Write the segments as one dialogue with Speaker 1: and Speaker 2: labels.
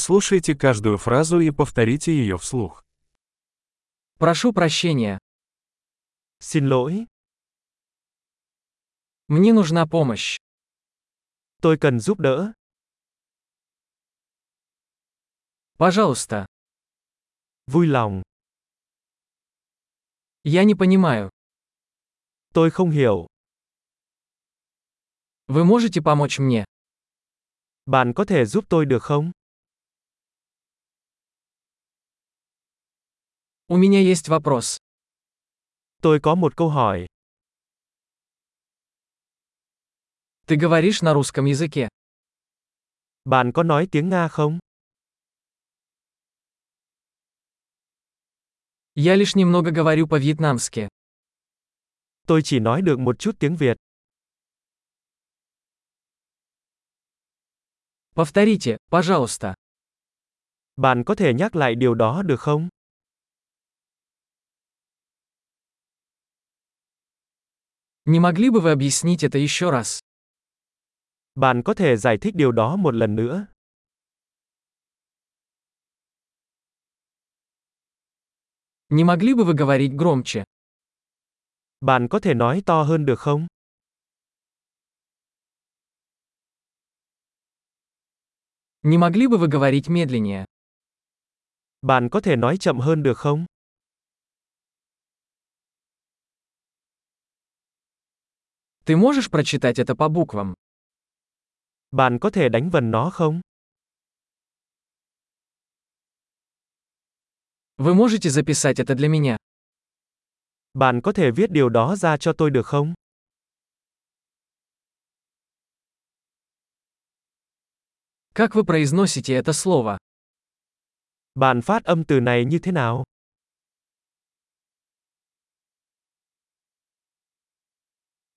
Speaker 1: Прослушайте каждую фразу и повторите ее вслух.
Speaker 2: Прошу прощения.
Speaker 3: Xin lỗi,
Speaker 2: Мне нужна помощь.
Speaker 3: tôi cần giúp đỡ.
Speaker 2: Пожалуйста.
Speaker 3: Vui lòng,
Speaker 2: Я не понимаю.
Speaker 3: tôi không hiểu.
Speaker 2: Вы можете помочь мне?
Speaker 3: Bạn có thể giúp tôi được không?
Speaker 2: У меня есть вопрос.
Speaker 3: Tôi có một câu hỏi.
Speaker 2: Ты говоришь на русском языке?
Speaker 3: Bạn có nói tiếng Nga không?
Speaker 2: Я лишь немного говорю по-вьетнамски.
Speaker 3: Tôi chỉ nói được một chút tiếng Việt.
Speaker 2: Повторите, пожалуйста.
Speaker 3: Bạn có thể nhắc lại điều đó được không?
Speaker 2: Не могли бы вы объяснить это еще раз?
Speaker 3: Bạn có thể giải thích điều đó một lần nữa.
Speaker 2: Не могли бы вы говорить громче?
Speaker 3: Bạn có thể nói to hơn được không?
Speaker 2: Не могли бы вы говорить медленнее?
Speaker 3: Bạn có thể nói chậm hơn được không?
Speaker 2: Ты можешь прочитать это по буквам?
Speaker 3: Bạn có thể đánh vần nó không?
Speaker 2: Вы можете записать это для меня?
Speaker 3: Bạn có thể viết điều đó ra cho tôi được không?
Speaker 2: Как вы произносите это слово?
Speaker 3: Bạn phát âm từ này như thế nào?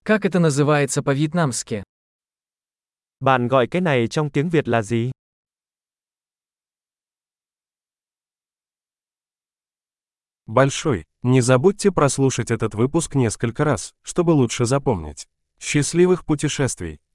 Speaker 2: Как это называется по-вьетнамски?
Speaker 3: Bạn gọi cái này trong tiếng Việt là gì?
Speaker 1: Большой. Не забудьте прослушать этот выпуск несколько раз, чтобы лучше запомнить. Счастливых путешествий!